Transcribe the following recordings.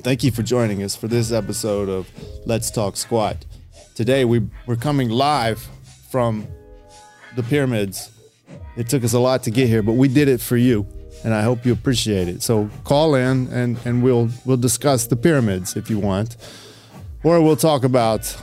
Thank you for joining us for this episode of Let's Talk Squat. Today we, we're coming live from the pyramids. It took us a lot to get here, but we did it for you, and I hope you appreciate it. So call in and, and we'll we'll discuss the pyramids if you want. Or we'll talk about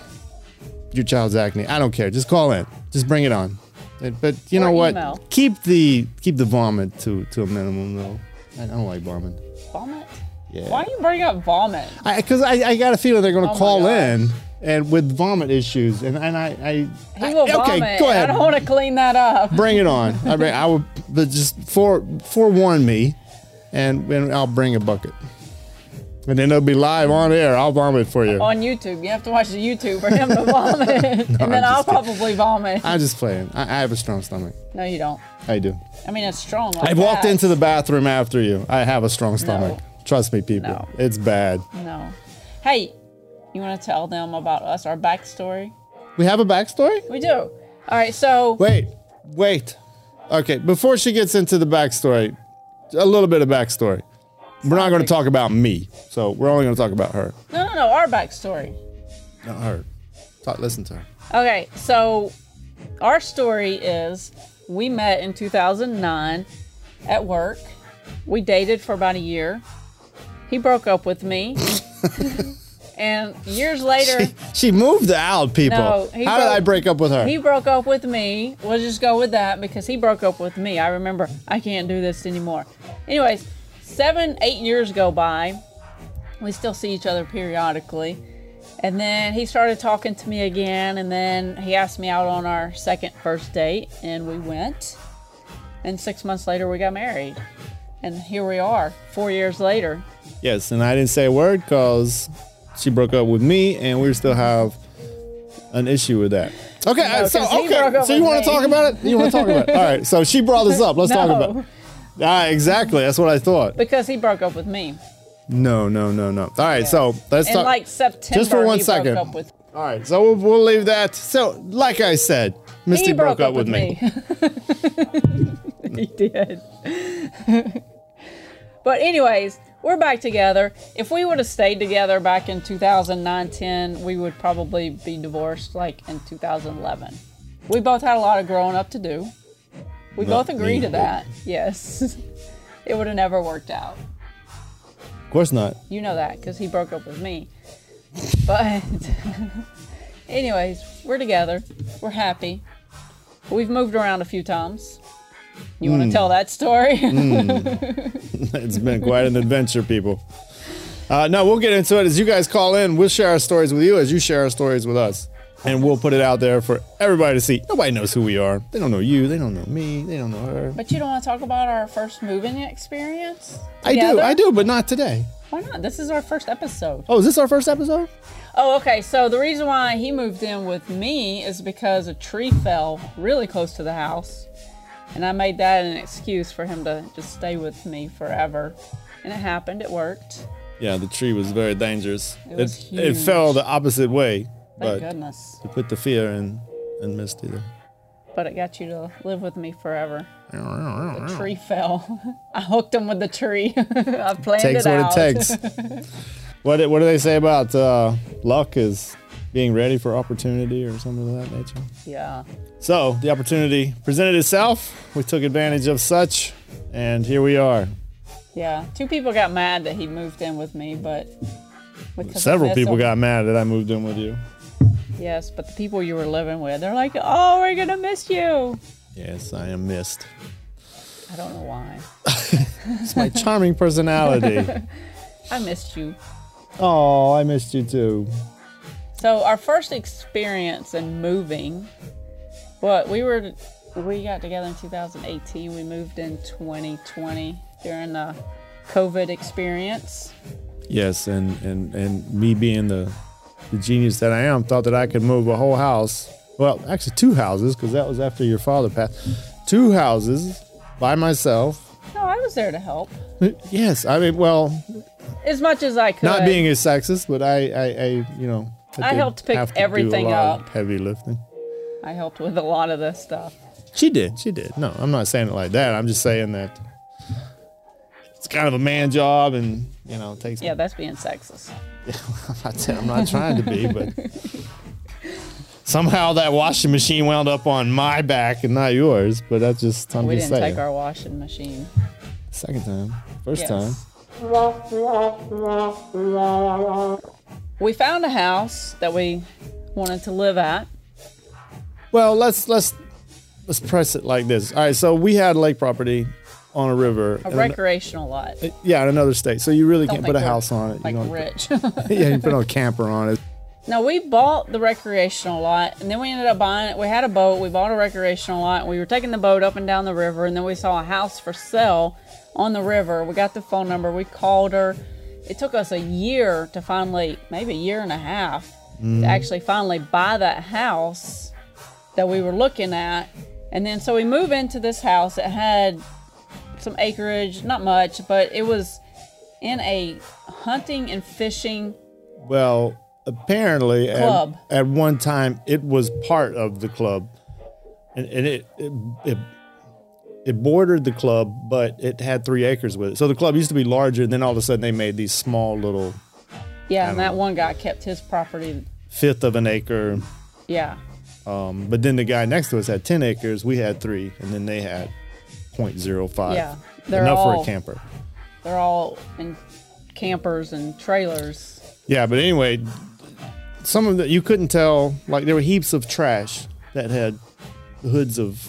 your child's acne. I don't care. Just call in. Just bring it on. And- But you Or know what? email. Keep the keep the vomit to, to a minimum though. I don't like vomit. Vomit? Yeah. Why you bring up vomit? Because I, I, got a feeling they're going to Oh my call gosh. in and with vomit issues, and and I, I He will I- okay, vomit. go and ahead, I don't want to clean that up. bring it on. I mean, I would, but just fore forewarn me, and and I'll bring a bucket, and then it'll be live on air. I'll vomit for you. On YouTube, you have to watch the YouTube for him to vomit, and then I'll just kidding. probably vomit. I'm just playing. I, I have a strong stomach. no, you don't. I do. I mean, it's strong. Like I walked that. into the bathroom after you. I have a strong stomach. Trust me, people. No. It's bad. No. Hey, you want to tell them about us, our backstory? We have a backstory. We do. All right, so Wait, wait. Okay, before she gets into the backstory, a little bit of backstory. We're not going to talk about me, so we're only going to talk about her. no, no, no, our backstory. Not her. Talk, listen to her. Okay, so our story is we met in 2009 at work. We dated for about a year. He broke up with me. and years later, She moved out, people. No, How he did broke- I break up with her? he broke up with me. We'll just go with that because he broke up with me. I remember I can't do this anymore. Anyways, seven, eight years go by. We still see each other periodically. And then he started talking to me again. And then he asked me out on our second first date. And we went. And six months later, we got married. And here we are, four years later. yes, and I didn't say a word because she broke up with me, and we still have an issue with that. Okay, uh, so 'cause he broke okay, up so you with want me. to talk about it? You want to talk about it? All right, so she brought this up. Let's talk No. about. it. Ah, exactly. That's what I thought. Because he broke up with me. No, no, no, no. All right, so let's In talk. like September, just for one he second. broke up with All right, so we'll, we'll leave that. So, like I said, Misty he broke, up with me. he did. but anyways, we're back together. If we would have stayed together back in 2009-10, we would probably be divorced like in 2011. We both had a lot of growing up to do. We Not both agree me, to but- that. Yes. it would have never worked out. Of course not. You know that because he broke up with me. But, anyways, we're together. We're happy. We've moved around a few times. You want to tell that story? It's been quite an adventure, people. Uh, no, we'll get into it as you guys call in. We'll share our stories with you as you share our stories with us. And we'll put it out there for everybody to see. Nobody knows who we are. They don't know you. They don't know me. They don't know her. but you don't want to talk about our first moving experience? I do. together? I do, but not today. Why not? This is our first episode. Oh, is this our first episode? Oh, okay. So the reason why he moved in with me is because a tree fell really close to the house, and I made that an excuse for him to just stay with me forever. And it happened. It worked. Yeah, the tree was very dangerous. It, was it huge. fell the opposite way. Thank but goodness. to put the fear in in Misty there. but it got you to live with me forever. The tree fell. I hooked him with the tree. I planned Takes it what out. it takes. what do- what do they say about uh, luck is being ready for opportunity or something of that nature? yeah. So the opportunity presented itself. We took advantage of such, and here we are. Yeah. Two people got mad that he moved in with me, but because of Several this, people uh, got mad that I moved in with you. Yes, but the people you were living with, they're like, "Oh, we're gonna miss you." Yes, I am missed. I don't know why. It's my charming personality. I missed you. Oh, I missed you too. So our first experience in moving, what we were, we got together in 2018. We moved in 2020 during the COVID experience. Yes, and and and me being the the genius that I am, thought that I could move a whole house. Well, actually, two houses because that was after your father passed. Two houses by myself. No, I was there to help Yes, I mean, well, as much as I could. not being a sexist, but I, I, I you know, I did helped pick have to do a everything lot of up. heavy lifting. I helped with a lot of this stuff. She did, she did. No, I'm not saying it like that. I'm just saying that it's kind of a man job, and you know, it takes. Yeah, that's being sexist. I'm not, saying- I'm not trying to be, but somehow that washing machine wound up on my back and not yours. But that's just I'm We just didn't saying. take our washing machine. Second time, first Yes. time. We found a house that we wanted to live at. Well, let's let's let's press it like this. All right, so we had lake property on a river. A in an- recreational lot. yeah, in another state. So you really Don't can't think put a we're, house on it. Like you don't- rich. yeah, you put a camper on it. now we bought the recreational lot, and then we ended up buying it. We had a boat. We bought a recreational lot, and we were taking the boat up and down the river. And then we saw a house for sale on the river. We got the phone number. We called her. It took us a year to finally, maybe a year and a half, to actually finally buy that house that we were looking at. And then so we move into this house. It had some acreage, not much, but it was in a hunting and fishing Well, apparently, at- Club. At, one time, it was part of the club, and, and it, it it it bordered the club, but it had three acres with it. So the club used to be larger, and then all of a sudden, they made these small little Yeah, and that one guy kept his property. fifth of an acre. Yeah. Um, but then the guy next to us had ten acres. We had three, and then they had 0.05. Yeah, they're enough for all- a camper. They're all in campers and trailers. Yeah, but anyway, some of that you couldn't tell. Like there were heaps of trash that had the hoods of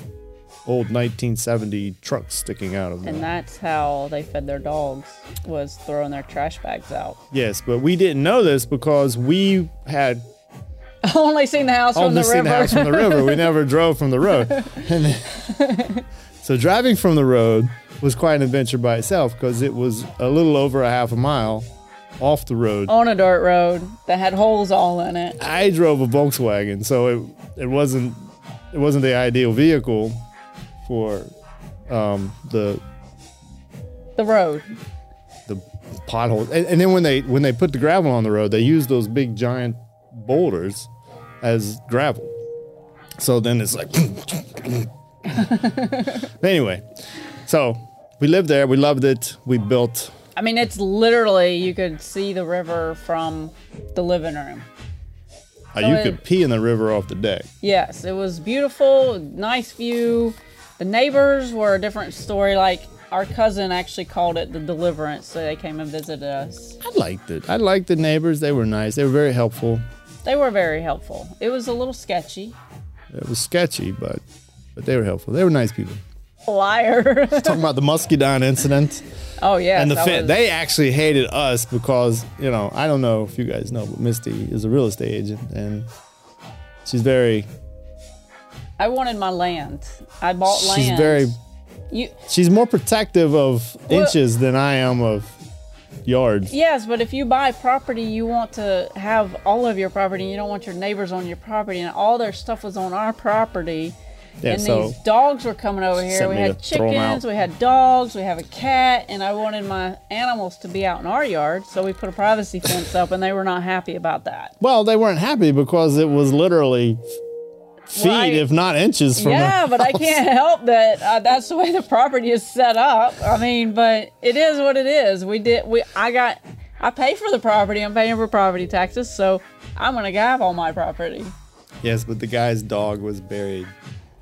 old 1970 trucks sticking out of them. And that's how they fed their dogs was throwing their trash bags out. yes, but we didn't know this because we had Only seen the house from only the seen the river. house from the river. We never drove from the road. And then- so driving from the road was quite an adventure by itself because it was a little over a half a mile off the road. on a dirt road that had holes all in it. I drove a Volkswagen, so it it wasn't it wasn't the ideal vehicle for um, the The road. the potholes. And, and then when they when they put the gravel on the road, they used those big giant boulders as gravel. So then it's like. anyway, so we lived there. We loved it. We built. I mean, it's literally you could see the river from the living room. Uh, you it- could pee in the river off the deck. Yes, it was beautiful, nice view. The neighbors were a different story. Like our cousin actually called it the deliverance, so they came and visited us. I liked it. I liked the neighbors. They were nice. They were very helpful. They were very helpful. It was a little sketchy. It was sketchy, but but they were helpful. They were nice people. Liar. Talking about the Muscadine incident oh yeah. and the that fence, was- they actually hated us because you know I don't know if you guys know, but Misty is a real estate agent and she's very I wanted my land. I bought land. she's very You she's more protective of Well- inches than I am of yards. yes, but if you buy property, you want to have all of your property. You don't want your neighbors on your property, and all their stuff was on our property. Yeah, and so these dogs were coming over here. sent We me had to throw 'em chickens, out. we had dogs, we have a cat, and I wanted my animals to be out in our yard, so we put a privacy fence up, and they were not happy about that. well, they weren't happy because it was literally feet, Well, I- if not inches, from yeah, her but I can't help that. Uh, that's the way the property is set up. I mean, but it is what it is. We did. We I got. I pay for the property. I'm paying for property taxes, so I'm gonna have all my property. yes, but the guy's dog was buried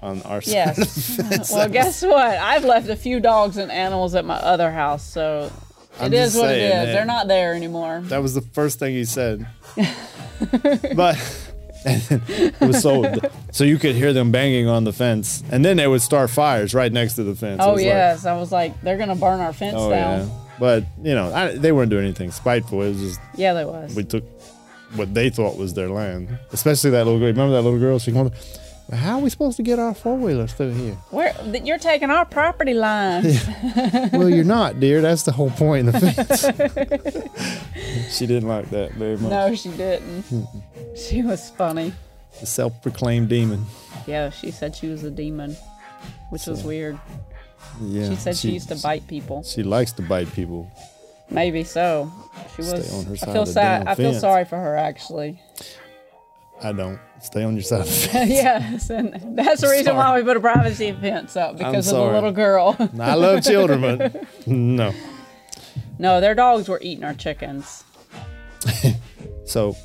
on our side. Yes. well, guess what? I've left a few dogs and animals at my other house, so I'm it is just what saying, it is. man. They're not there anymore. That was the first thing he said. but it was sold. So you could hear them banging on the fence. And then they would start fires right next to the fence. It Oh was like, yes, I was like, they're gonna burn our fence oh, down. yeah. But, you know, I, they weren't doing anything spiteful. It was just, Yeah, they was. we took what they thought was their land. Especially that little girl. Remember that little girl? She came over. How are we supposed to get our four wheelers through here? Where th- you're taking our property line? well, you're not, dear. That's the whole point of the fence. she didn't like that very much. no, she didn't. she was funny. The self proclaimed demon. Yeah, she said she was a demon, which was weird. Yeah. She said she, used to bite people. She likes to bite people. Maybe so. She Stay was. on her side I of feel the sad. damn I feel fence. sorry for her actually. I don't. Stay on your side of the fence. yes, and that's the reason why sorry. we put a privacy fence up because of the sorry. little girl. I love children, but no. No, their dogs were eating our chickens. So,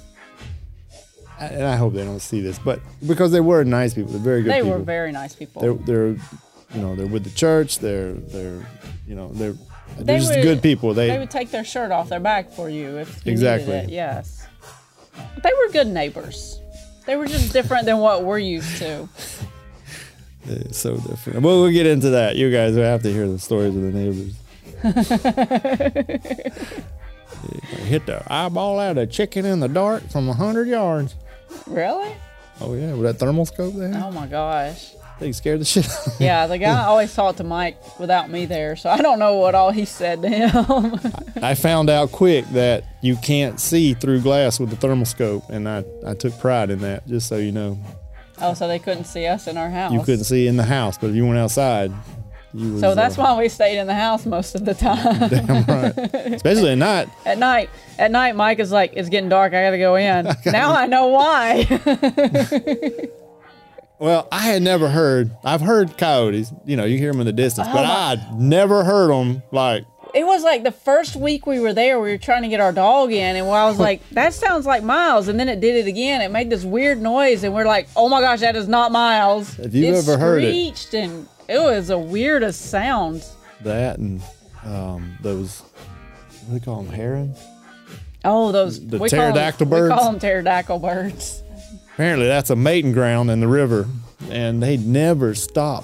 and I hope they don't see this, but because they were nice people, they're very good They people. were very nice people. they're, they're, you know, they're with the church. They're, they're, you know, they're, they're They just would- good people. They, They would take their shirt off their back for you if you needed Exactly. it, Yes, but they were good neighbors. They were just different than what we're used to. they're so different. Well, we'll get into that. You guys will have to hear the stories of the neighbors. They hit the eyeball out of a chicken in the dark from a hundred yards. Really? Oh yeah, with that thermal scope they had, Oh my gosh. they scared the shit out of me. Yeah, the guy always talked to Mike without me there, so I don't know what all he said to him. I found out quick that you can't see through glass with the thermal scope, and I, I took pride in that, just so you know. oh, so they couldn't see us in our house. You couldn't see in the house, but if you went outside, you was, So that's uh, why we stayed in the house most of the time. damn right. Especially at night. at night, at night, Mike is like, "It's getting dark. I gotta go in." now I know why. Well, I had never heard. I've heard coyotes. You know, you hear them in the distance, Oh but I'd never heard them. Like, it was like the first week we were there, we were trying to get our dog in, and I was like, that sounds like Miles. And then it did it again. It made this weird noise, and we're like, oh my gosh, that is not Miles. Have you it ever heard it? screeched, and it was the weirdest sound. that and um, those. What do they call them? Herons. Oh, those The we call 'em- pterodactyl We birds? call them pterodactyl birds. Apparently, that's a mating ground in the river, and they never stop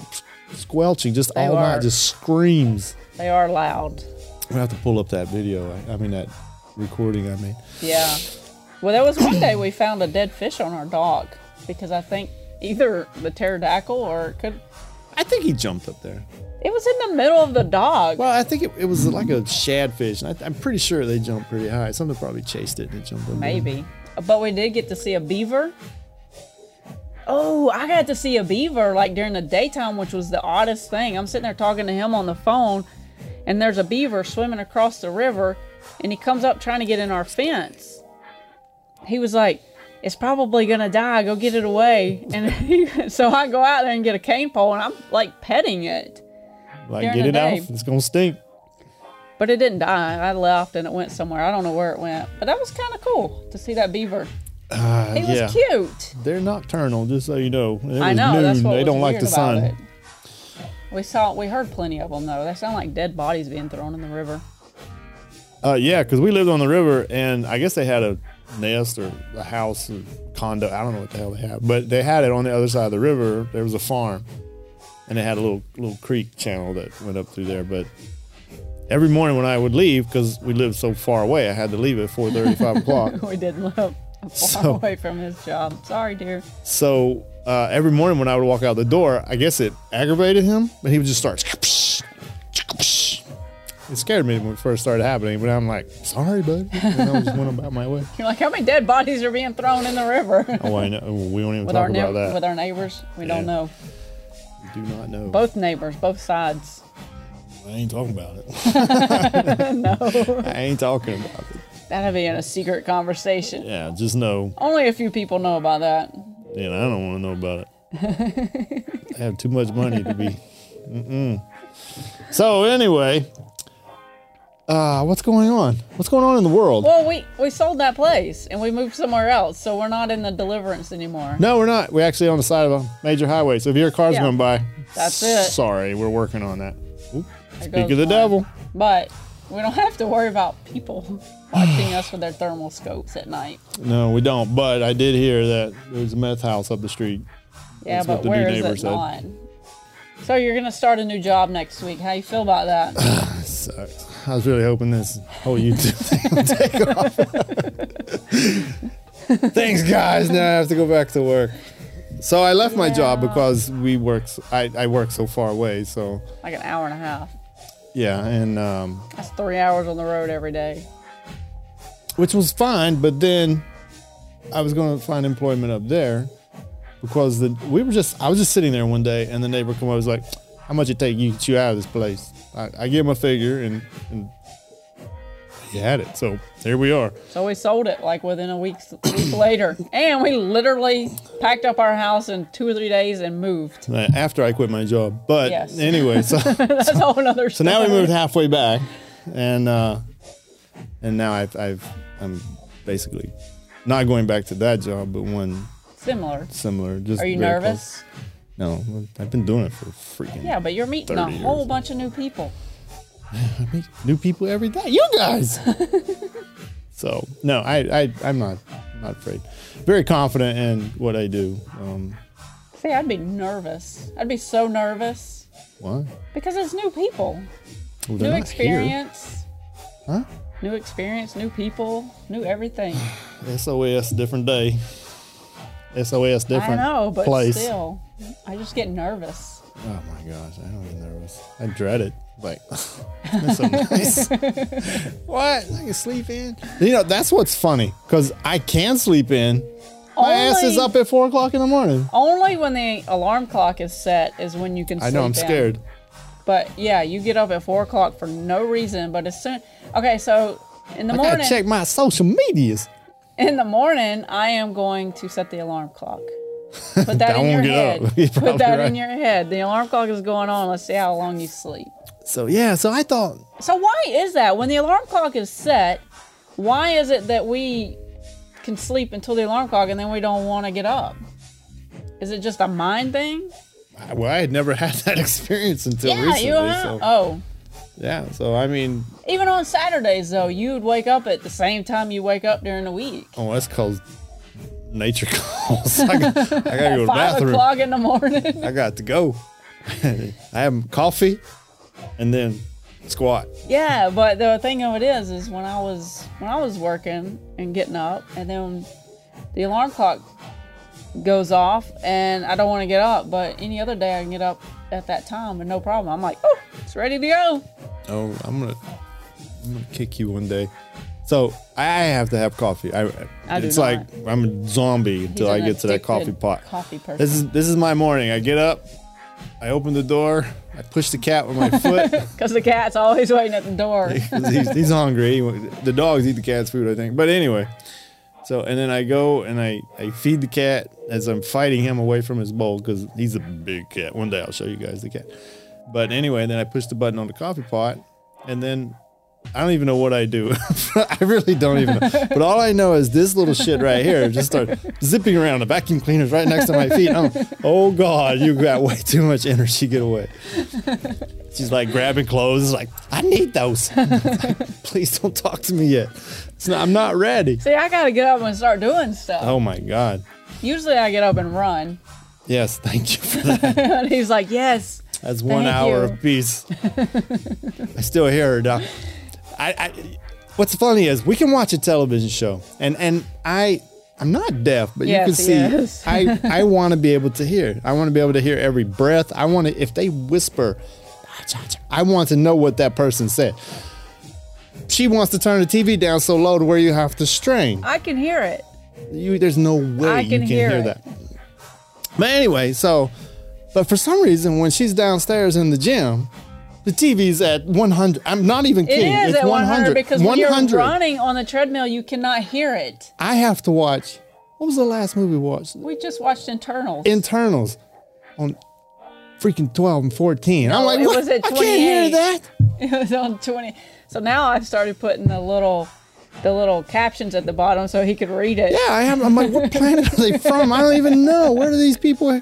squelching. Just all are. night, just screams. They are loud. We have to pull up that video. I, I mean, that recording. I mean, Yeah. Well, there was one day we found a dead fish on our dog because I think either the pterodactyl or it could. I think he jumped up there. It was in the middle of the dog. Well, I think it, it was like a shad fish. And I, I'm pretty sure they jumped pretty high. Something probably chased it and it jumped up. there. Maybe. But we did get to see a beaver. Oh, I got to see a beaver like during the daytime, which was the oddest thing. I'm sitting there talking to him on the phone, and there's a beaver swimming across the river, and he comes up trying to get in our fence. He was like, It's probably gonna die, go get it away. And he, so I go out there and get a cane pole, and I'm like petting it. Like, during get the it day. off. It's going to stink. But it didn't die. I left and it went somewhere. I don't know where it went. But that was kind of cool to see that beaver. Uh, He was yeah. cute. They're nocturnal, just so you know. It was I know. noon. That's what they was don't like weird the about sun. it. We saw, we heard plenty of them though. They sound like dead bodies being thrown in the river. Uh, yeah, because we lived on the river, and I guess they had a nest or a house or condo. I don't know what the hell they had, but they had it on the other side of the river. There was a farm, and they had a little little creek channel that went up through there. But every morning when I would leave, because we lived so far away, I had to leave at 4:30, 5 o'clock. We didn't live far So- away from his job. Sorry, dear. So uh, every morning when I would walk out the door, I guess it aggravated him, but he would just start. It scared me when it first started happening, but I'm like, sorry, bud. And I just went about my way. You're like, how many dead bodies are being thrown in the river? Oh, I know. We don't even with talk our about neigh- that. with our neighbors, we don't Yeah. know. Do not know. Both neighbors, both sides. I ain't talking about it. no. I ain't talking about it. That'd be in a secret conversation. Yeah, just know. Only a few people know about that. And I don't want to know about it. I have too much money to be. Mm-mm. So anyway, uh, what's going on? What's going on in the world? Well, we we sold that place and we moved somewhere else, so we're not in the deliverance anymore. No, we're not. We're actually on the side of a major highway. So if your car's Yeah. going by, That's it. Sorry, we're working on that. Oop, goes Speak of the one. devil. But we don't have to worry about people watching us with their thermal scopes at night. No, we don't. But I did hear that there's a meth house up the street. Yeah, That's what but the new where is neighbor it said. not? So you're gonna start a new job next week. How you feel about that? Sucks. I was really hoping this whole YouTube thing would take off. Thanks, guys. Now I have to go back to work. So I left my job Yeah. because we work. s- I, I work so far away. So like an hour and a half. yeah, and um, That's three hours on the road every day. which was fine. But then I was going to find employment up there because the we were just I was just sitting there one day and the neighbor come over was like, "How much it take you to get you out of this place?" I, I gave him a figure and and he had it. So here we are. So we sold it like within a week, week later, and we literally packed up our house in two or three days and moved. Uh, After I quit my job, but Yes. anyway, so That's a whole another. so now we moved halfway back. and uh, and now I've, I've I'm basically not going back to that job, but one Similar. similar. Just Are you very nervous? close. No, I've been doing it for freaking Yeah, but you're meeting a 30 years. whole bunch of new people. I meet new people every day. You guys. so no, I, I I'm not not afraid. Very confident in what I do. Um, See, I'd be nervous. I'd be so nervous why? because it's new people, Well, they're new not here. experience, Huh? new experience, new people, new everything. SOS different day. SOS I different know, but place. still, I just get nervous. Oh my gosh, I don't get nervous. I dread it. Like that's so nice. what? I can sleep in. You know, that's what's funny, because I can sleep in. My ass is Only- up at four o'clock in the morning. Only when the alarm clock is set is when you can. I know I'm sleep in. scared. But yeah, you get up at four o'clock for no reason. But as soon, okay, so in the I morning, gotta check my social medias. in the morning, I am going to set the alarm clock. Put that I in your won't get head. up. You're Put that probably in right. your head. The alarm clock is going on. Let's see how long you sleep. So yeah, so I thought So why is that? When the alarm clock is set, why is it that we can sleep until the alarm clock and then we don't want to get up? Is it just a mind thing? I- well, I had never had that experience until Yeah, recently. you have. so, Oh, Yeah, so I mean, even on Saturdays though, you'd wake up at the same time you wake up during the week. oh, that's called nature calls. I, got, I gotta go to the Five bathroom. o'clock in the morning. I got to go. I have coffee and then squat. yeah, but the thing of it is, is when I was when I was working and getting up, and then the alarm clock goes off, and I don't want to get up. But any other day, I can get up at that time and no problem. I'm like, oh, it's ready to go. Oh, I'm gonna, I'm gonna kick you one day. So I have to have coffee. I, I do it's not. like I'm a zombie until I an get to that addicted coffee pot. coffee person. This is this is my morning. I get up, I open the door, I push the cat with my foot. Because the cat's always waiting at the door. 'Cause he's, he's hungry. He- the dogs eat the cat's food, I think. But anyway, so and then I go and I, I feed the cat as I'm fighting him away from his bowl because he's a big cat. One day I'll show you guys the cat. But anyway, then I push the button on the coffee pot, and then I don't even know what I do. I really don't even. know. But all I know is this little shit right here just started zipping around. The vacuum cleaner's right next to my feet. I'm, oh God, you got way too much energy. Get away. She's like grabbing clothes. It's like, I need those. Please don't talk to me yet. It's not, I'm not ready. See, I gotta get up and start doing stuff. Oh my God. Usually, I get up and run. Yes, thank you for that. and he's like, yes. That's one Thank hour you. of peace. I still hear her, Doc. I, I, what's funny is we can watch a television show, and and I, I'm not deaf, but Yes, you he can is. see. I I want to be able to hear. I want to be able to hear every breath. I want to if they whisper, I want to know what that person said. She wants to turn the TV down so low to where you have to strain. I can hear it. You, there's no way I you can can hear hear, it. that. But anyway, so, but for some reason, when she's downstairs in the gym, the TV's at 100. I'm not even It kidding. is it's at 100, because when 100. you're running on the treadmill, you cannot hear it. I have to watch. What was the last movie we watched? We just watched Internals. Internals on freaking 12 and 14. I'm like, it what? was at I can't 28. hear that. it was on 20. So now I've started putting the little, the little captions at the bottom so he could read it. Yeah, I am. I'm like, what planet are they from? I don't even know. Where do these people?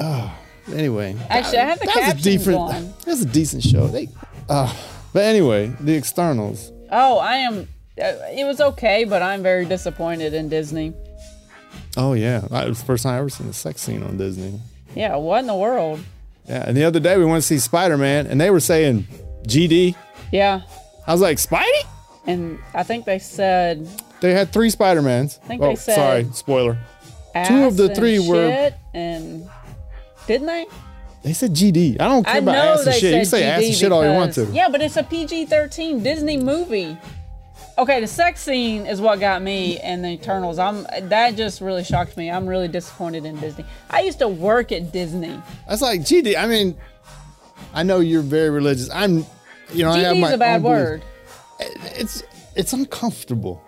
Oh, anyway. Actually, I have the captions on. That's a decent show. They, uh, but anyway, the externals. Oh, I am. Uh, it was okay, but I'm very disappointed in Disney. Oh yeah, that was the first time I ever seen a sex scene on Disney. Yeah, what in the world? Yeah, and the other day we went to see Spider Man, and they were saying GD. Yeah, I was like, Spidey? and I think they said They had three Spider Mans. think oh, they said- sorry, spoiler. ass Two of the and three were- shit and didn't they? They said GD. I don't care I about know ass they and shit. said You say ass GD and shit all you want to. because- Yeah, but it's a PG-13 Disney movie. Okay, the sex scene is what got me and the Eternals. I'm that just really shocked me. I'm really disappointed in Disney. I used to work at Disney. That's like GD. I mean, I know you're very religious. I'm, you know, I have GD my is a bad own beliefs. word. it's it's uncomfortable.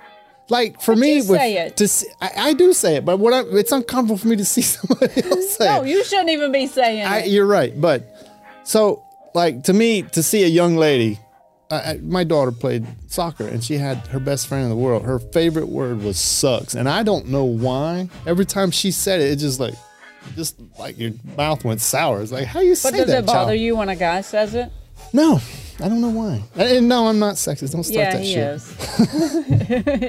Like for But me, you say it. to see, I, I do say it, but what I, it's uncomfortable for me to see somebody else say. No, it. Oh, you shouldn't even be saying I, e- it. you're right, but so like to me, to see a young lady I, I, my daughter played soccer and she had her best friend in the world. Her favorite word was sucks. And I don't know why. Every time she said it, it just like, just like your mouth went sour. It's like, how you say But does that? it bother child? you when a guy says it? No, I don't know why. And- And no, I'm not sexist. Don't start yeah, that shit. he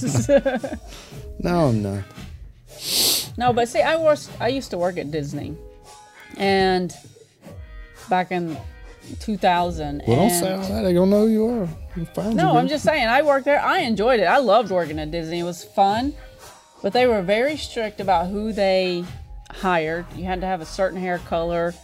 is. yes. No, I'm not. No, but see, I was I used to work at Disney, and back in 2000. Well, don't and- say all that. I don't know who you are. You're fine, No, you I'm do. just saying. I worked there. I enjoyed it. I loved working at Disney. It was fun, but they were very strict about who they hired. You had to have a certain hair color.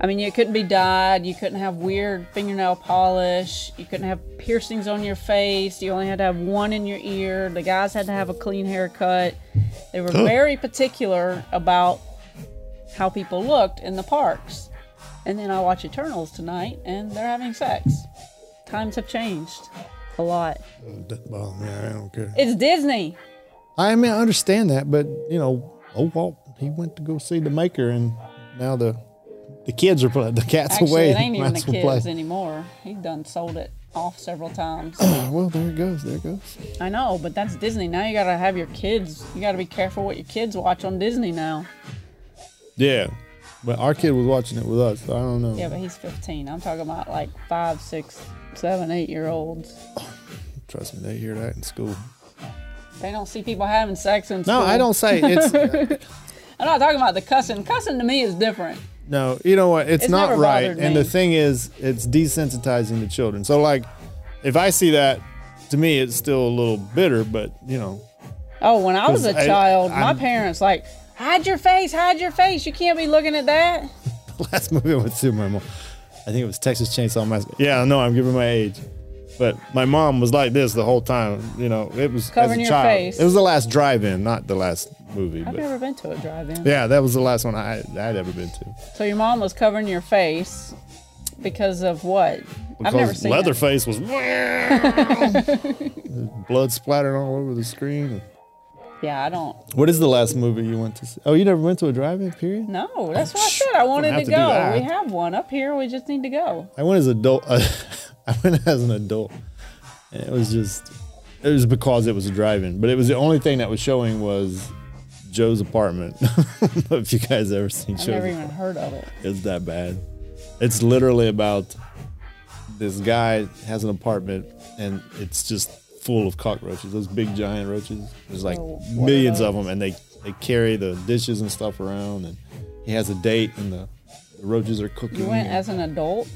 I mean, you couldn't be dyed. You couldn't have weird fingernail polish. You couldn't have piercings on your face. You only had to have one in your ear. The guys had to have a clean haircut. They were very particular about how people looked in the parks. And then I watch Eternals tonight, and they're having sex. Times have changed a lot. Well, yeah, I don't care. It's Disney. I mean, I understand that, but you know, old Walt, he went to go see the Maker, and now the the kids are playing. The cat's Actually, away. it ain't even the Might as well kids play. anymore. He done sold it off several times. Well, there it goes. There it goes. I know, but that's Disney. Now you gotta have your kids. You gotta be careful what your kids watch on Disney now. Yeah, but our kid was watching it with us. So I don't know. Yeah, but he's 15. I'm talking about like five, six, seven, eight year olds. Trust me, they hear that in school. They don't see people having sex in No, school. I don't say it's. I'm not talking about the cussing. Cussing to me is different. no, you know what? It's, It's not never right. bothered And me. the thing is, it's desensitizing the children. So, like, if I see that, to me, it's still a little bitter. But you know, Oh, when I was 'Cause a I- child, my I'm- parents like, hide your face, hide your face. You can't be looking at that. last movie I went to, my mom, I think it was Texas Chainsaw Massacre. Yeah, no, I'm giving my age, but my mom was like this the whole time. You know, it was Covering as a your child. face. It was the last drive-in, not the last movie. I've But never been to a drive-in. yeah, that was the last one I I'd ever been to. So your mom was covering your face because of what? I've never Because seen that. Leatherface was blood splattering all over the screen. Yeah, I don't. What is the last movie you went to? See? Oh, you never went to a drive-in? Period. No, that's what I said. I wanted Oh, have to to do go. that. We have one up here. We just need to go. I went as adult. I went as an adult, and it was just it was because it was a drive-in, but it was the only thing that was showing was Joe's apartment. I don't know if you guys ever seen I've Joe's. never even apartment. heard of it. It's that bad. It's literally about this guy has an apartment, and it's just full of cockroaches. Those big giant roaches. There's like Oh, what are millions of those? them, and they they carry the dishes and stuff around, and he has a date, and the, the roaches are cooking. You went and- as an adult.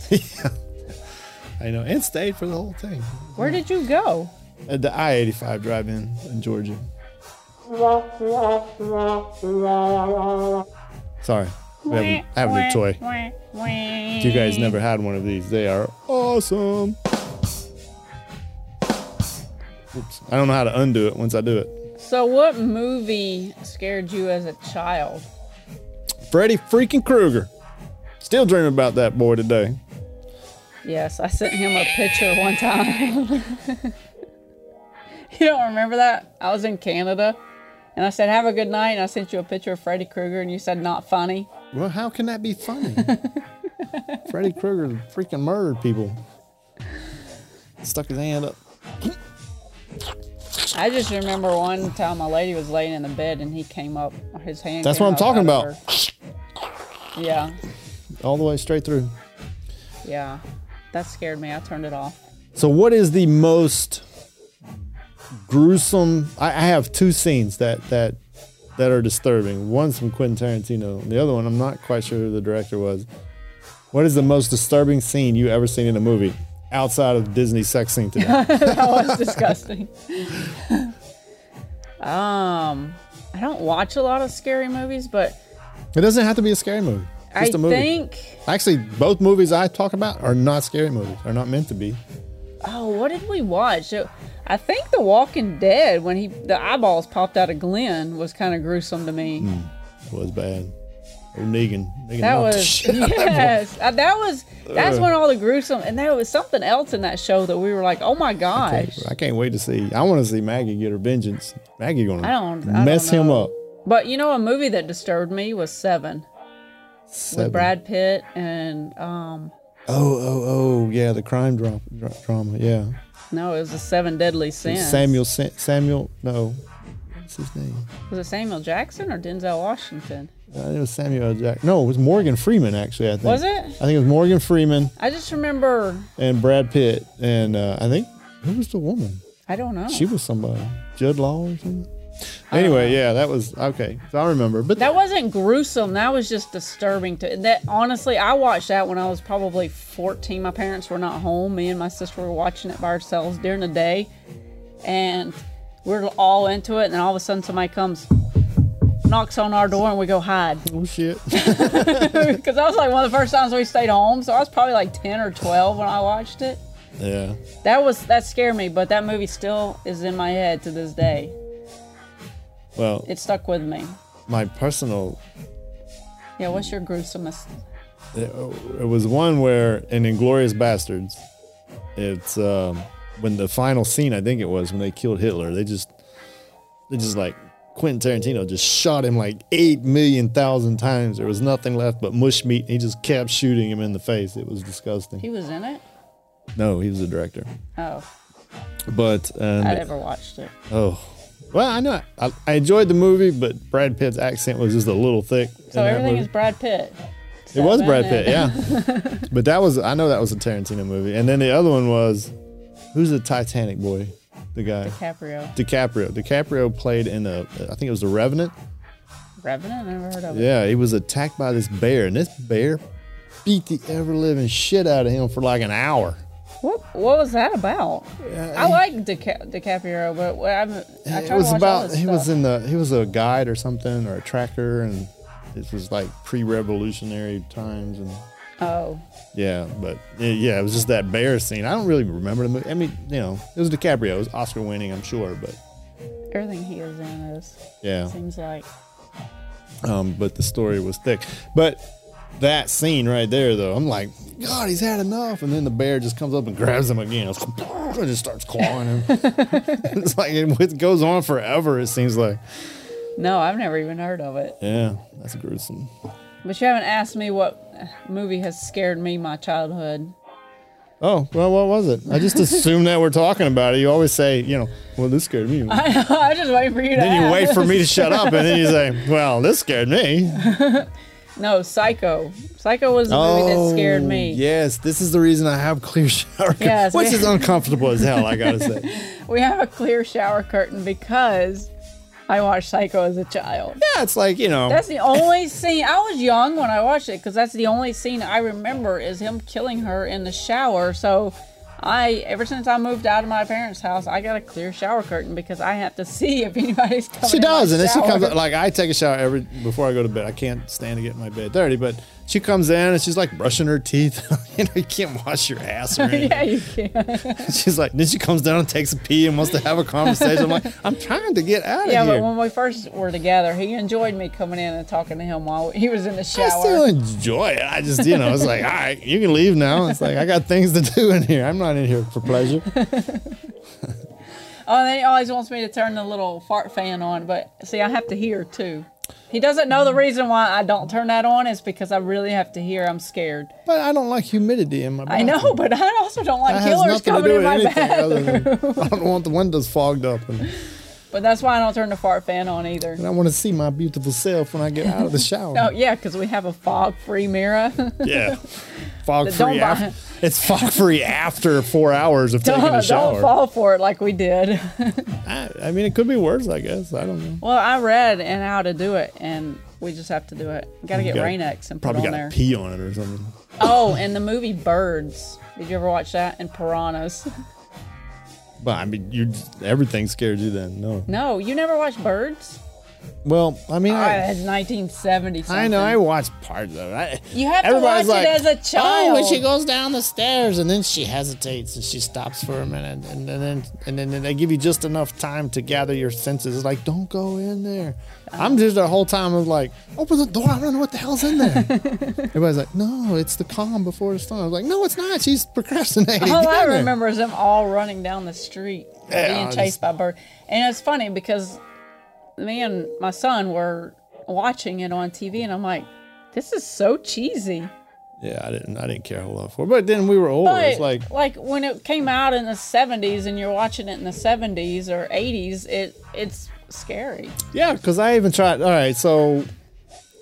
I know, and stayed for the whole thing. Where did you go? At the I 85 drive in in Georgia. Sorry, we have, I have a new toy. If You you guys never had one of these, they are awesome. Oops, I don't know how to undo it once I do it. So, what movie scared you as a child? Freddy freaking Krueger. Still dreaming about that boy today. Yes, I sent him a picture one time. you don't remember that? I was in Canada and I said, Have a good night. And I sent you a picture of Freddy Krueger and you said, Not funny. Well, how can that be funny? Freddy Krueger freaking murdered people. Stuck his hand up. I just remember one time my lady was laying in the bed and he came up, his hand. That's came what I'm up talking out of about. her. Yeah, All the way straight through. yeah. That scared me. I turned it off. So, what is the most gruesome? I, I have two scenes that that that are disturbing. One's from Quentin Tarantino. The other one, I'm not quite sure who the director was. What is the most disturbing scene you ever seen in a movie outside of Disney sex scene today? That was disgusting. um, I don't watch a lot of scary movies, but it doesn't have to be a scary movie. Just a I movie. think. Actually, both movies I talk about are not scary movies. Are not meant to be. Oh, what did we watch? It- I think The Walking Dead when he the eyeballs popped out of Glenn was kind of gruesome to me. It was bad. Oh, Negan. Negan That knocked the was shit out of him. yes, Uh, that was that's Ugh. when all the gruesome and there was something else in that show that we were like, oh my gosh. I can't wait to see. I want to see Maggie get her vengeance. Maggie gonna I don't- I don't mess him know. up. But you know, a movie that disturbed me was Seven, Seven. with Brad Pitt and um, Oh, oh, oh, yeah, the crime dra- dra- drama, yeah. No, it was the seven deadly sins. Samuel, Sa- Samuel, no, what's his name? Was it Samuel Jackson or Denzel Washington? Uh, it was Samuel L. Jack. No, it was Morgan Freeman actually. I think. Was it? I think it was Morgan Freeman I just remember. and Brad Pitt, and uh, I think who was the woman? I don't know. She was somebody. Judd Law or something. Anyway, yeah, that was okay. So I remember, but That wasn't gruesome. That was just disturbing to that. Honestly, I watched that when I was probably 14. My parents were not home. Me and my sister were watching it by ourselves during the day, and we're all into it. And then all of a sudden, somebody comes, knocks on our door, and we go hide. oh shit, Because that was like one of the first times we stayed home. So I was probably like 10 or 12 when I watched it. yeah. That was that scared me, but that movie still is in my head to this day. Well, It stuck with me. my personal Yeah, what's your gruesomest? it was one where in Inglorious Bastards, it's um, when the final scene I think it was when they killed Hitler. They just they just like Quentin Tarantino just shot him like eight million thousand times. There was nothing left but mush meat. He just kept shooting him in the face. It was disgusting. He was in it. No, he was the director. Oh, But um, I never watched it. oh, well, I know I, I enjoyed the movie, but Brad Pitt's accent was just a little thick. So in that everything movie. is Brad Pitt. It was Brad Pitt, yeah. but that was I know that was a Tarantino movie. And then the other one was who's the Titanic boy? The guy. DiCaprio. DiCaprio. DiCaprio played in a I think it was The Revenant. Revenant? I never heard of it. Yeah, he was attacked by this bear, and this bear beat the ever living shit out of him for like an hour. What What was that about? I like Dica- DiCaprio, but I, haven't- I It try to was watch all about this he was stuff. in the he was a guide or something or a tracker and this was like pre-revolutionary times and Oh, Yeah, but eh, yeah, it was just that bear scene. I don't really remember the movie. I mean, you know, it was DiCaprio. It was Oscar winning, I'm sure, but everything he is in is yeah. seems like Um, but the story was thick. But that scene right there, though, I'm like, God, he's had enough. And then the bear just comes up and grabs him again. It's and just starts clawing him. it's like it goes on forever. It seems like. no, I've never even heard of it. Yeah, that's gruesome. But you haven't asked me what movie has scared me my childhood. Oh well, what was it? I just assume that we're talking about it. You always say, you know, well, this scared me. I was just waiting for you to. then you ask. wait for me to shut up, and then you say, "Well, this scared me." No, Psycho. Psycho was the movie Oh, that scared me. Yes, this is the reason I have clear shower. Yes, Yes, which we- is uncomfortable as hell. I gotta say. We have a clear shower curtain because I watched Psycho as a child. Yeah, it's like you know. That's the only scene. I was young when I watched it because that's the only scene I remember is him killing her in the shower. So, I ever since I moved out of my parents' house, I got a clear shower curtain because I have to see if anybody's coming. she in my does, and then she shower. comes like I take a shower every before I go to bed. I can't stand to get in my bed dirty, but she comes in and she's like brushing her teeth. you know, you can't wash your ass or anything. yeah, you can. She's like, then she comes down and takes a pee and wants to have a conversation. I'm like, I'm trying to get out of Yeah, here. but when we first were together, he enjoyed me coming in and talking to him while he was in the shower. I still enjoy it. I just, you know, it's like, all right, you can leave now. It's like, I got things to do in here. I'm not in here for pleasure. Oh, and then he always wants me to turn the little fart fan on, but see, I have to hear too. He doesn't know the reason why I don't turn that on is because I really have to hear. I'm scared. But I don't like humidity in my I bathroom. know, but I also don't like That has killers nothing to coming do in with my anything bath. other than I don't want the windows fogged up. And, But that's why I don't turn the fart fan on either. and I want to see my beautiful self when I get out of the shower. Oh yeah, because we have a fog-free mirror. Yeah. Fog Don't free buy- after. It's fog free after four hours of taking a don't, don't shower. fall for it like we did. I, I mean, it could be worse, I guess. I don't know. well, I read and how to do it, and we just have to do it. Got to get gotta- Rain-X and put Probably on got to there. pee on it or something. oh, and the movie Birds. Did you ever watch that? And Piranhas. But I mean, you everything scared you then. No. No, you never watched Birds. Well, I mean, I, I had 1970 something. I know. I watched parts of it. I, You have to watch it as a Oh, when she child." goes down the stairs and then she hesitates and she stops for a minute and, and then and then they give you just enough time to gather your senses. It's like, don't go in there. I'm just the whole time I was like, open the door. I don't know what the hell's in there. Everybody's like, no, it's the calm before the storm. I was like, no, it's not. She's procrastinating. All Get Oh, I in there. remember is them all running down the street, Yeah, I being just- chased by birds. And it's funny because me and my son were watching it on TV, and I'm like, this is so cheesy. Yeah, I didn't. I didn't care a whole lot for. it. But then we were old. But It's like when it came out in the 70s and you're watching it in the 70s or 80s, it it's scary. yeah, because I even tried. All right, so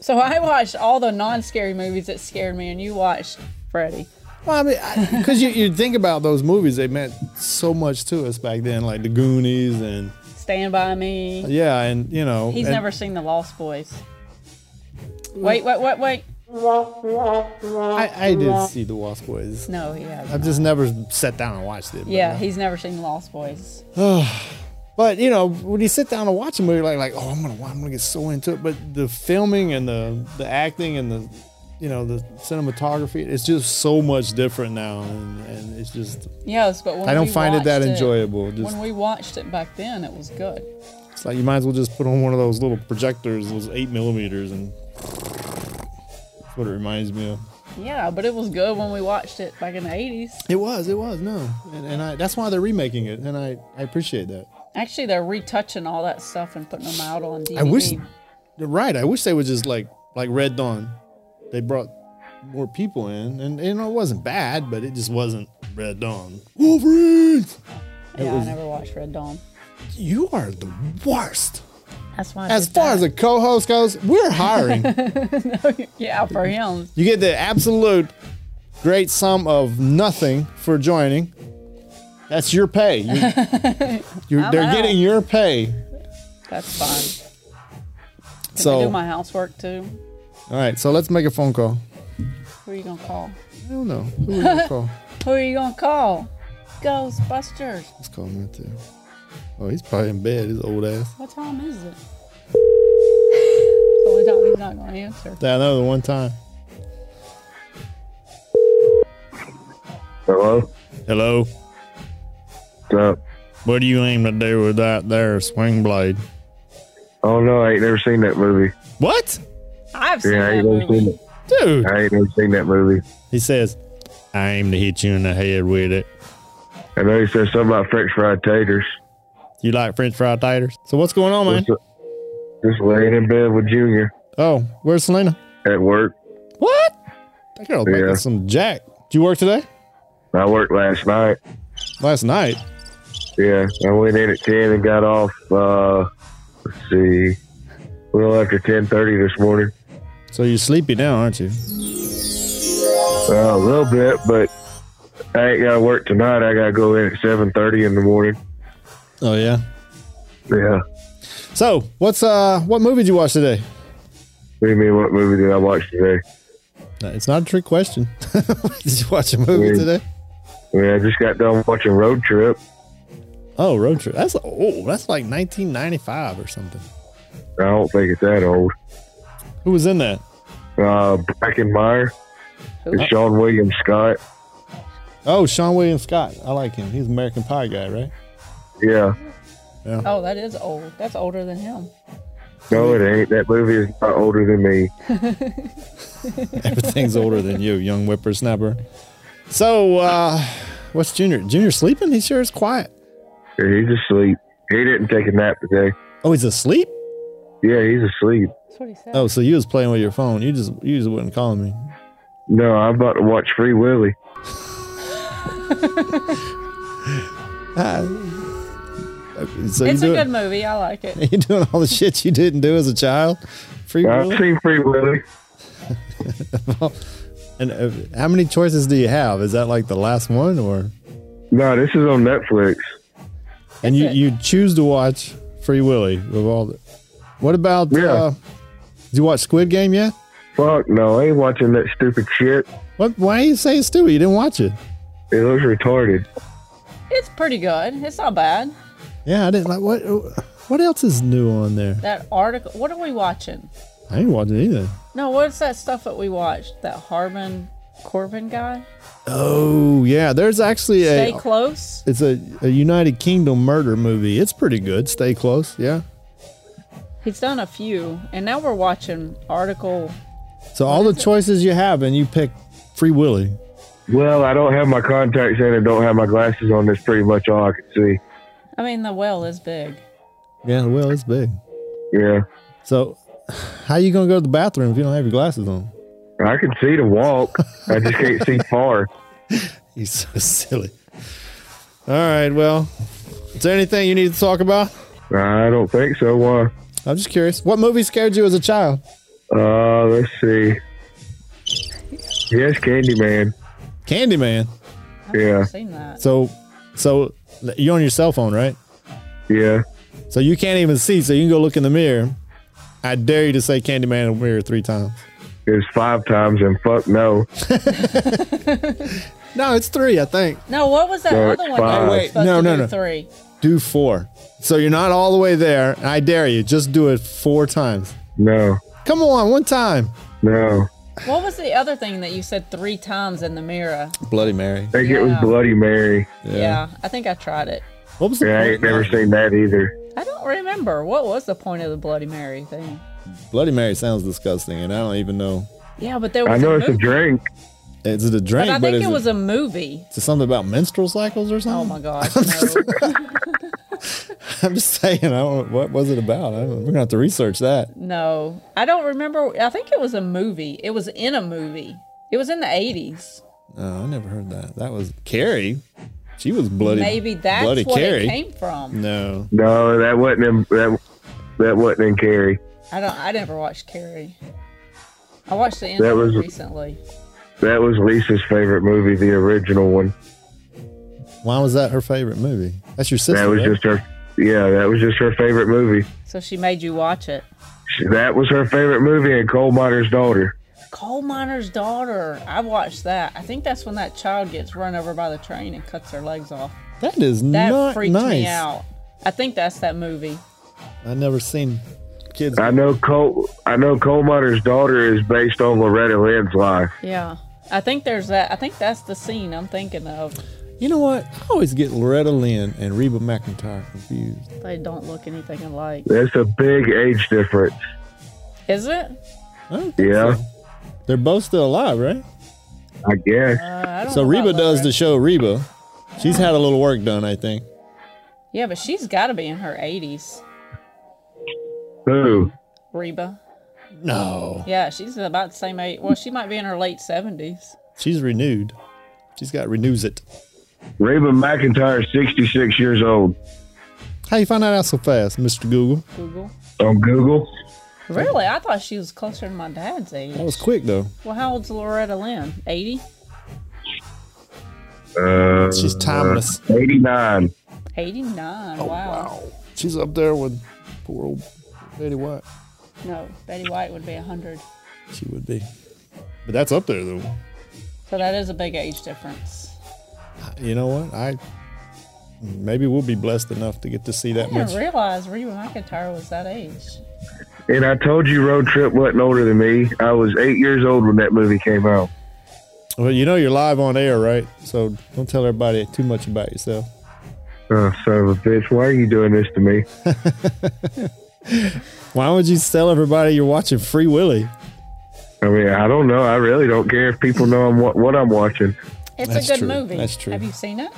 So I watched all the non-scary movies that scared me, and you watched Freddy. well, I mean, because you you think about those movies, they meant so much to us back then, like the Goonies and Stand by Me. yeah, and you know. He's and- never seen The Lost Boys. Wait, wait, wait, wait. I, I did see the Wasp Boys. No, he hasn't. I've just never sat down and watched it. but, Yeah, uh, he's never seen The Lost Boys. But you know, when you sit down and watch a movie, like like oh, I'm gonna I'm gonna get so into it. But the filming and the the acting and the you know the cinematography, it's just so much different now, and, and it's just Yes, but when I don't we find it that watched uh, enjoyable. Just When we watched it back then, it was good. it's like you might as well just put on one of those little projectors, those eight millimeters, and that's what it reminds me of. Yeah, but it was good when we watched it back in the 80s. It was, it was no, and, and I that's why they're remaking it, and I I appreciate that. Actually, they're retouching all that stuff and putting them out on DVD. I wish, you're right. I wish they would just like like Red Dawn. They brought more people in, and you know it wasn't bad, but it just wasn't Red Dawn. Wolverine, yeah, I never watched Red Dawn. you are the worst. That's why. I As did far as that. a co-host goes, we're hiring. yeah, for him, you get the absolute great sum of nothing for joining. That's your pay. You, you're, I'm they're out. getting your pay. that's fine. Can I So, do my housework too? all right. So let's make a phone call. Who are you gonna call? I don't know. Who are we call? Who are you gonna call? Ghostbusters. Let's call him right there. Oh, he's probably in bed, his old ass. What time is it? So we don't. He's not gonna answer. That another one time. Hello? Hello. What's up? What do you aim to do with that there swing blade? Oh no, I ain't never seen that movie. What? I've seen Yeah, I that ain't never seen movie. it. Dude. I ain't never seen that movie. He says, I aim to hit you in the head with it. I know you said something about French fried taters. You like french fry taters? So what's going on, man? Just, just laying in bed with Junior Oh, where's Selena? at work. What? That girl's Yeah. making some jack. Did you work today? I worked last night. Last night. Yeah, I went in at ten and got off. Uh, let's see, a little after ten thirty this morning. So you're sleepy now, aren't you? Uh, a little bit, but I ain't got to work tonight. I got to go in at seven thirty in the morning. Oh yeah. Yeah. So what's uh what movie did you watch today? What do you mean? What movie did I watch today? No, It's not a trick question. did you watch a movie Yeah. today? I mean, I just got done watching Road Trip. Oh, road trip. That's oh, that's like 1995 or something. I don't think it's that old. Who was in that? Uh, Brackenmeyer Who? and Sean William Scott. Oh, Sean William Scott. I like him. He's American Pie guy, right? Yeah. Oh, that is old. That's older than him. No, it ain't. That movie is not older than me. Everything's older than you, young whippersnapper. So, uh, what's Junior? Junior sleeping? He sure is quiet. He's asleep. He didn't take a nap today. Oh, he's asleep. Yeah, he's asleep. That's what he said. Oh, so you was playing with your phone. You just you just wouldn't call me. No, I'm about to watch Free Willy. Ah. So it's a you good doing, movie. I like it. you doing all the shit you didn't do as a child. Free I've will. seen Free Willy. And uh, how many choices do you have? Is that like the last one, or No, this is on Netflix. and you it. you choose to watch Free Willy with all the. What about? Yeah. Uh, did you watch Squid Game yet? Fuck no, I ain't watching that stupid shit. What? Why are you saying stupid? You didn't watch it. It looks retarded. It's pretty good. It's not bad. Yeah, I didn't like what. What else is new on there? That article. What are we watching? I ain't watching either. No, what's that stuff that we watched? That Harmon Corbin guy? Oh yeah, there's actually Stay a. close. It's a, a United Kingdom murder movie. It's pretty good. Stay close. Yeah. He's done a few, and now we're watching article. So all the choices you have, and you pick Free Willy. Well, I don't have my contacts in and don't have my glasses on. That's pretty much all I can see. I mean, the well is big. Yeah, well, it's big. Yeah. So, how you gonna go to the bathroom if you don't have your glasses on? I can see to walk. I just can't see far. He's so silly. All right. Well, is there anything you need to talk about? I don't think so. uh, Why? I'm just curious. What movie scared you as a child? Uh, let's see. Yes, Candyman. Candyman. I've Yeah, never seen that. So, so you're on your cell phone, right? yeah. So you can't even see. So you can go look in the mirror. I dare you to say Candyman in the mirror three times. It was five times, and fuck no. No, it's three, I think. No, what was that Dark other one? that Five. we were Wait, supposed no, to no, do no. Three. Do four. So you're not all the way there. I dare you. Just do it four times. No, Come on, one time. no. What was the other thing that you said three times in the mirror? Bloody Mary. I think it was Yeah. Bloody Mary. Yeah, I think I tried it. What was the Yeah, I ain't point? never seen that either. I don't remember. What was the point of the Bloody Mary thing? Bloody Mary sounds disgusting, and I don't even know. Yeah, but there was I know a it's a movie. drink. Is it a but drink? I But, think is it was a movie. is it something about menstrual cycles or Oh something? my gosh. No. I'm just saying. I don't. What was it about? I don't, we're gonna have to research that. no. I don't remember. I think it was a movie. It was in a movie. It was in the 80s. No, I never heard that. That was Carrie. She was bloody. Maybe that's bloody what Carrie. it came from. No. No, that wasn't in that. That wasn't in Carrie. I don't I never watched Carrie. I watched the end That of it was- recently. That was Lisa's favorite movie, the original one. Why was that her favorite movie? That's your sister. That was right? just her. Yeah, that was just her favorite movie. So she made you watch it. She- That was her favorite movie, and Coal Miner's Daughter. Coal Miner's Daughter. I watched that. I think that's when that child gets run over by the train and cuts their legs off. that is That not freaked nice. me out. I think that's that movie. I never seen kids. I know Coal. I know Coal Miner's Daughter is based on Loretta Lynn's life. Yeah. I think there's that. I think that's the scene I'm thinking of. You know what? I always get Loretta Lynn and Reba McIntyre confused. They don't look anything alike. That's a big age difference. Is it? I don't think Yeah. so. They're both still alive, right? I guess. Uh, I don't So know Reba about does the Loretta. show Reba. She's had a little work done, I think. Yeah, but she's got to be in her 80s. Who? Reba. No. Yeah, she's about the same age. Well, she might be in her late 70s. She's renewed. She's got renews it. Reba McIntyre, is 66 years old. How you find that out so fast, Mr. Google? Google. On Google, Really? I thought she was closer to my dad's age. That was quick though. Well, how old's Loretta Lynn? 80? uh, She's timeless. 89. 89. Oh, Oh, wow. She's up there with poor old Betty White. No, Betty White would be 100. She would be. But that's up there though. So that is a big age difference. You know what? I maybe we'll be blessed enough to get to see I that much. didn't realize Reba McIntyre was that age. And I told you Road Trip wasn't older than me. I was eight years old when that movie came out. Well, you know you're live on air, right? So don't tell everybody too much about yourself. Oh, son of a bitch. Why are you doing this to me? Why would you tell everybody you're watching Free Willy? I mean, I don't know. I really don't care if people know I'm, what, what I'm watching. It's That's a good true. movie. That's true. Have you seen it?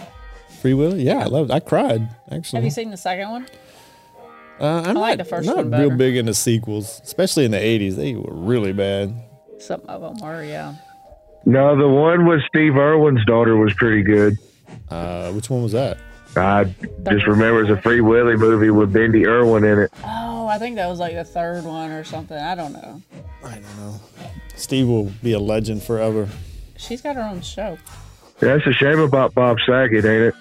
Free Willy? Yeah, I loved. I cried Have you actually. seen the second one? Uh, I'm I like not, the first not one real better. big into sequels, especially in the '80s. They were really bad. Some of them were, yeah. No, the one with Steve Irwin's daughter was pretty good. Uh, which one was that? I just remember it's a Free Willy movie with Bendy Irwin in it. Oh, I think that was like the third one or something. I don't know. I don't know. Steve will be a legend forever. She's got her own show. That's a shame about Bob Saget, ain't it?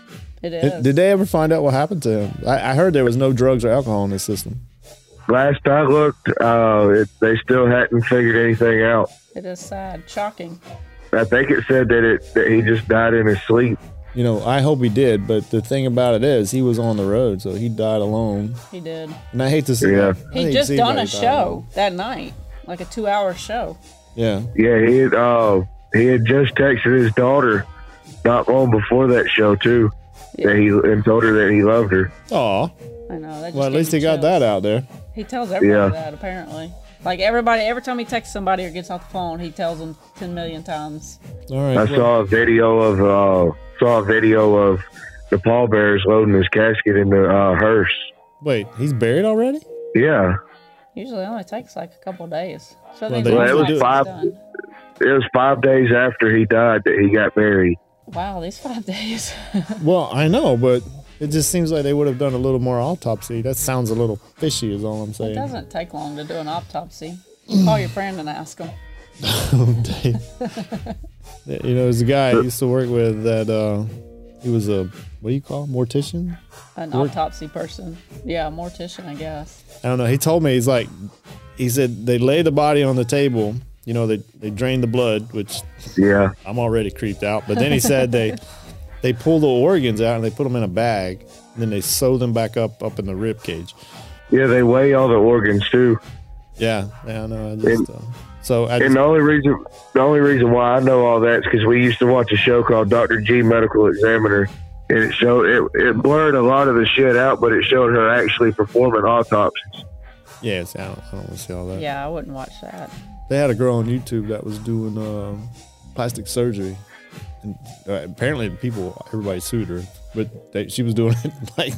It Did- is. Did they ever find out what happened to him? I, I heard there was no drugs or alcohol in his system. Last I looked, uh, it, they still hadn't figured anything out. It is sad. Shocking. I think it said that it that he just died in his sleep. You know, I hope he did, but the thing about it is, he was on the road, so he died alone. He did. And I hate to see Yeah. that. I hate He to just see done a anybody die show alone. that night, like a two hour show. Yeah. Yeah, he had, uh, he had just texted his daughter not long before that show too, that he and told her that he loved her. Aw. I know. That just Well, at gave least me he got chills. that out there. He tells everybody Yeah. that, apparently. Like everybody, every time he texts somebody or gets off the phone, he tells them 10 million times. All right. I well, saw a video of uh, saw a video of the pallbearers loading his casket in the uh, hearse. Wait, he's buried already? Yeah, Usually it only takes like a couple of days. So Well, these they ones usually like do. it's Five- done. it was five days after he died that he got married. Wow, these five days. Well, I know, but it just seems like they would have done a little more autopsy. That sounds a little fishy, is all I'm It saying. doesn't take long to do an autopsy. You call your friend and ask him. Dave. you know, there's a guy I used to work with that uh, he was a what do you call it? mortician? An Or- autopsy person. Yeah, a mortician, I guess. I don't know. He told me he's like, he said they lay the body on the table. You know, they they drain the blood, which Yeah. I'm already creeped out. But then he said they they pull the organs out and they put them in a bag, and then they sew them back up up in the rib cage. Yeah, they weigh all the organs too. Yeah, yeah, I know. I just, uh, so I And just, the only reason the only reason why I know all that is because we used to watch a show called Doctor G Medical Examiner, and it showed it, it blurred a lot of the shit out, but it showed her actually performing autopsies. yeah, it's, I don't, I don't want to see all that. Yeah, I wouldn't watch that. They had a girl on YouTube that was doing uh, plastic surgery. And, uh, apparently, people, everybody sued her, but they, she was doing it like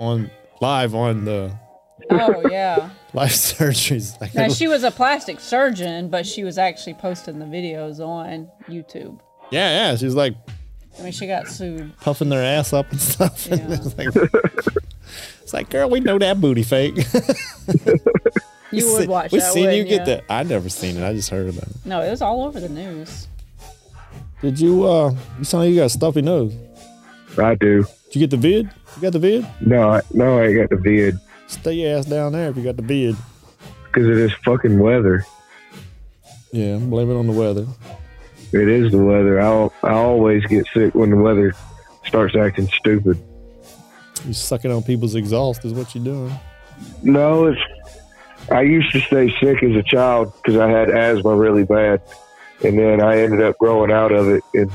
on live on the Oh, yeah. live surgeries. Like, Now, she was a plastic surgeon, but she was actually posting the videos on YouTube. yeah, yeah, she was like I mean, she got sued. puffing their ass up and stuff. And Yeah. it's, like, it's like, girl, we know that booty fake. You would watch we that. seen you wouldn't get that. I never seen it. I just heard about it. No, it was all over the news. Did you? uh You sound like you got a stuffy nose. I do. Did you get the vid? You got the vid? No, I, no, I ain't got the vid Stay your ass down there if you got the vid. because it is fucking weather. Yeah, blame it on the weather. It is the weather. I I always get sick when the weather starts acting stupid. You sucking on people's exhaust is what you're doing. No, it's. I used to stay sick as a child because I had asthma really bad, and then I ended up growing out of it. And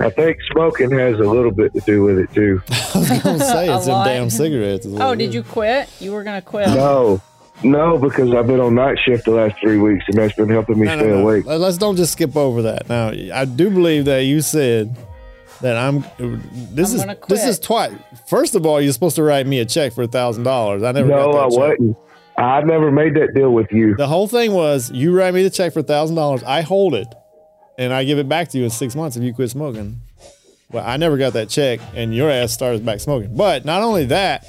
I think smoking has a little bit to do with it too. I was gonna say A it's them lot. damn cigarettes. is what Oh, it did is. you quit? You were going to quit. No, no, because I've been on night shift the last three weeks, and that's been helping me No, no, stay no. awake. Let- Let's don't just skip over that. Now, I do believe that you said that I'm. This is I'm gonna this is quit. twice. First of all, you're supposed to write me a check for a thousand dollars. I never. got No, that I check. wasn't. I never made that deal with you. The whole thing was you write me the check for a thousand dollars. I hold it, and I give it back to you in six months if you quit smoking. Well, I never got that check, and your ass started back smoking. But not only that,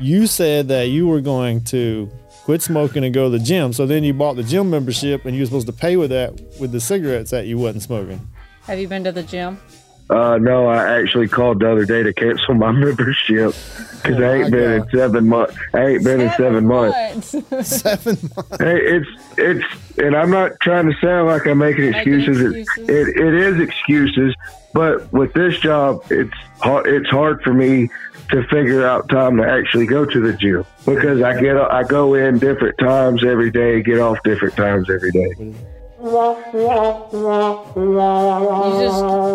you said that you were going to quit smoking and go to the gym. So then you bought the gym membership, and you were supposed to pay with that with the cigarettes that you wasn't smoking. Have you been to the gym? Uh, no, I actually called the other day to cancel my membership because I Oh my ain't been God. in seven months. I ain't been in seven months. months. Seven months. Hey, it's it's, and I'm not trying to sound like I'm making excuses. excuses. It, it it is excuses, but with this job, it's hard. It's hard for me to figure out time to actually go to the gym because I get I go in different times every day, get off different times every day, you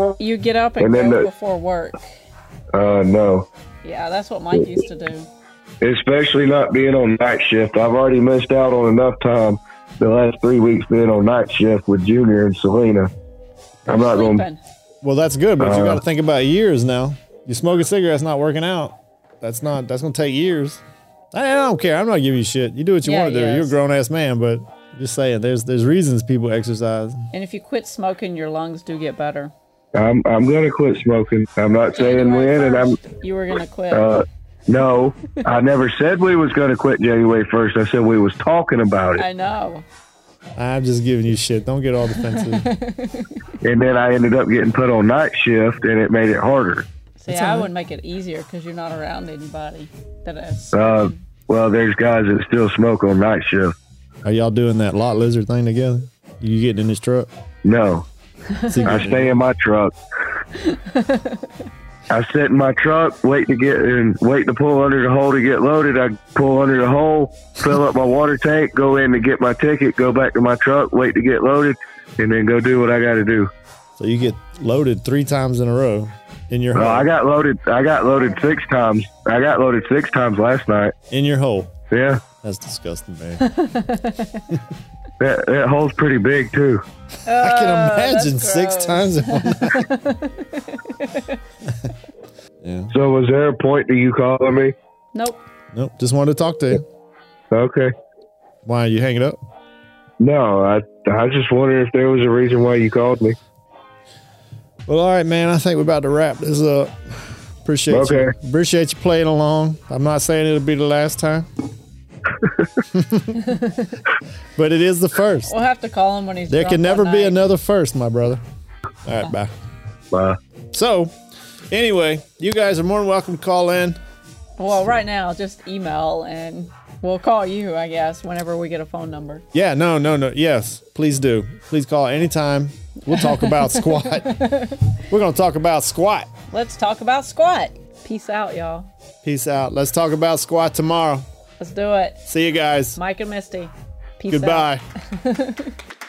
just you get up and, And then go the- before work. uh, no, Yeah, that's what Mike used to do. especially not being on night shift. I've already missed out on enough time the last three weeks being on night shift with Junior and Selena. I'm not going. Sleeping. Well, that's good, but you Uh. got to think about years now. You smoking cigarettes, not working out. That's not. That's gonna take years. I, I don't care. I'm not giving you shit. You do what you Yeah, want to do. yes. You're a grown ass man, but just saying, there's there's reasons people exercise. And if you quit smoking, your lungs do get better. I'm I'm gonna quit smoking. I'm not saying when, and I'm You were gonna quit. uh, no. I never said we was gonna quit January first. I said we was talking about it, I know. I'm just giving you shit. Don't get all defensive. and then I ended up getting put on night shift, and it made it harder. See, It's I all right. would make it easier because you're not around anybody. That is. Uh, well, there's guys that still smoke on night shift. Are y'all doing that lot lizard thing together? You getting in this truck? No, I stay in my truck. I sit in my truck, wait to get and wait to pull under the hole to get loaded. I pull under the hole, fill up my water tank, go in to get my ticket, go back to my truck, wait to get loaded, and then go do what I got to do. So you get loaded three times in a row in your Oh, hole. I got loaded. I got loaded six times. I got loaded six times last night. in your hole. Yeah, That's disgusting, man. that that hole's pretty big too. I can that's imagine six gross. times in one night. yeah. So was there a point to you calling me? Nope. Nope. Just wanted to talk to you. Okay. Why you hanging up? No, I I just wonder if there was a reason why you called me. Well, all right, man. I think we're about to wrap this up. Appreciate Okay. you. Appreciate you playing along. I'm not saying it'll be the last time, but it is the first. We'll have to call him when he's. There drunk can never one be night. another first, my brother. All right, bye. Bye. So, anyway, you guys are more than welcome to call in. Well, right now, just email and we'll call you, I guess, whenever we get a phone number. Yeah, no, no, no. Yes, please do. Please call anytime. We'll talk about squat. We're going to talk about squat. Let's talk about squat. Peace out, y'all. Peace out. Let's talk about squat tomorrow. Let's do it. See you guys. Mike and Misty. Peace out. Goodbye.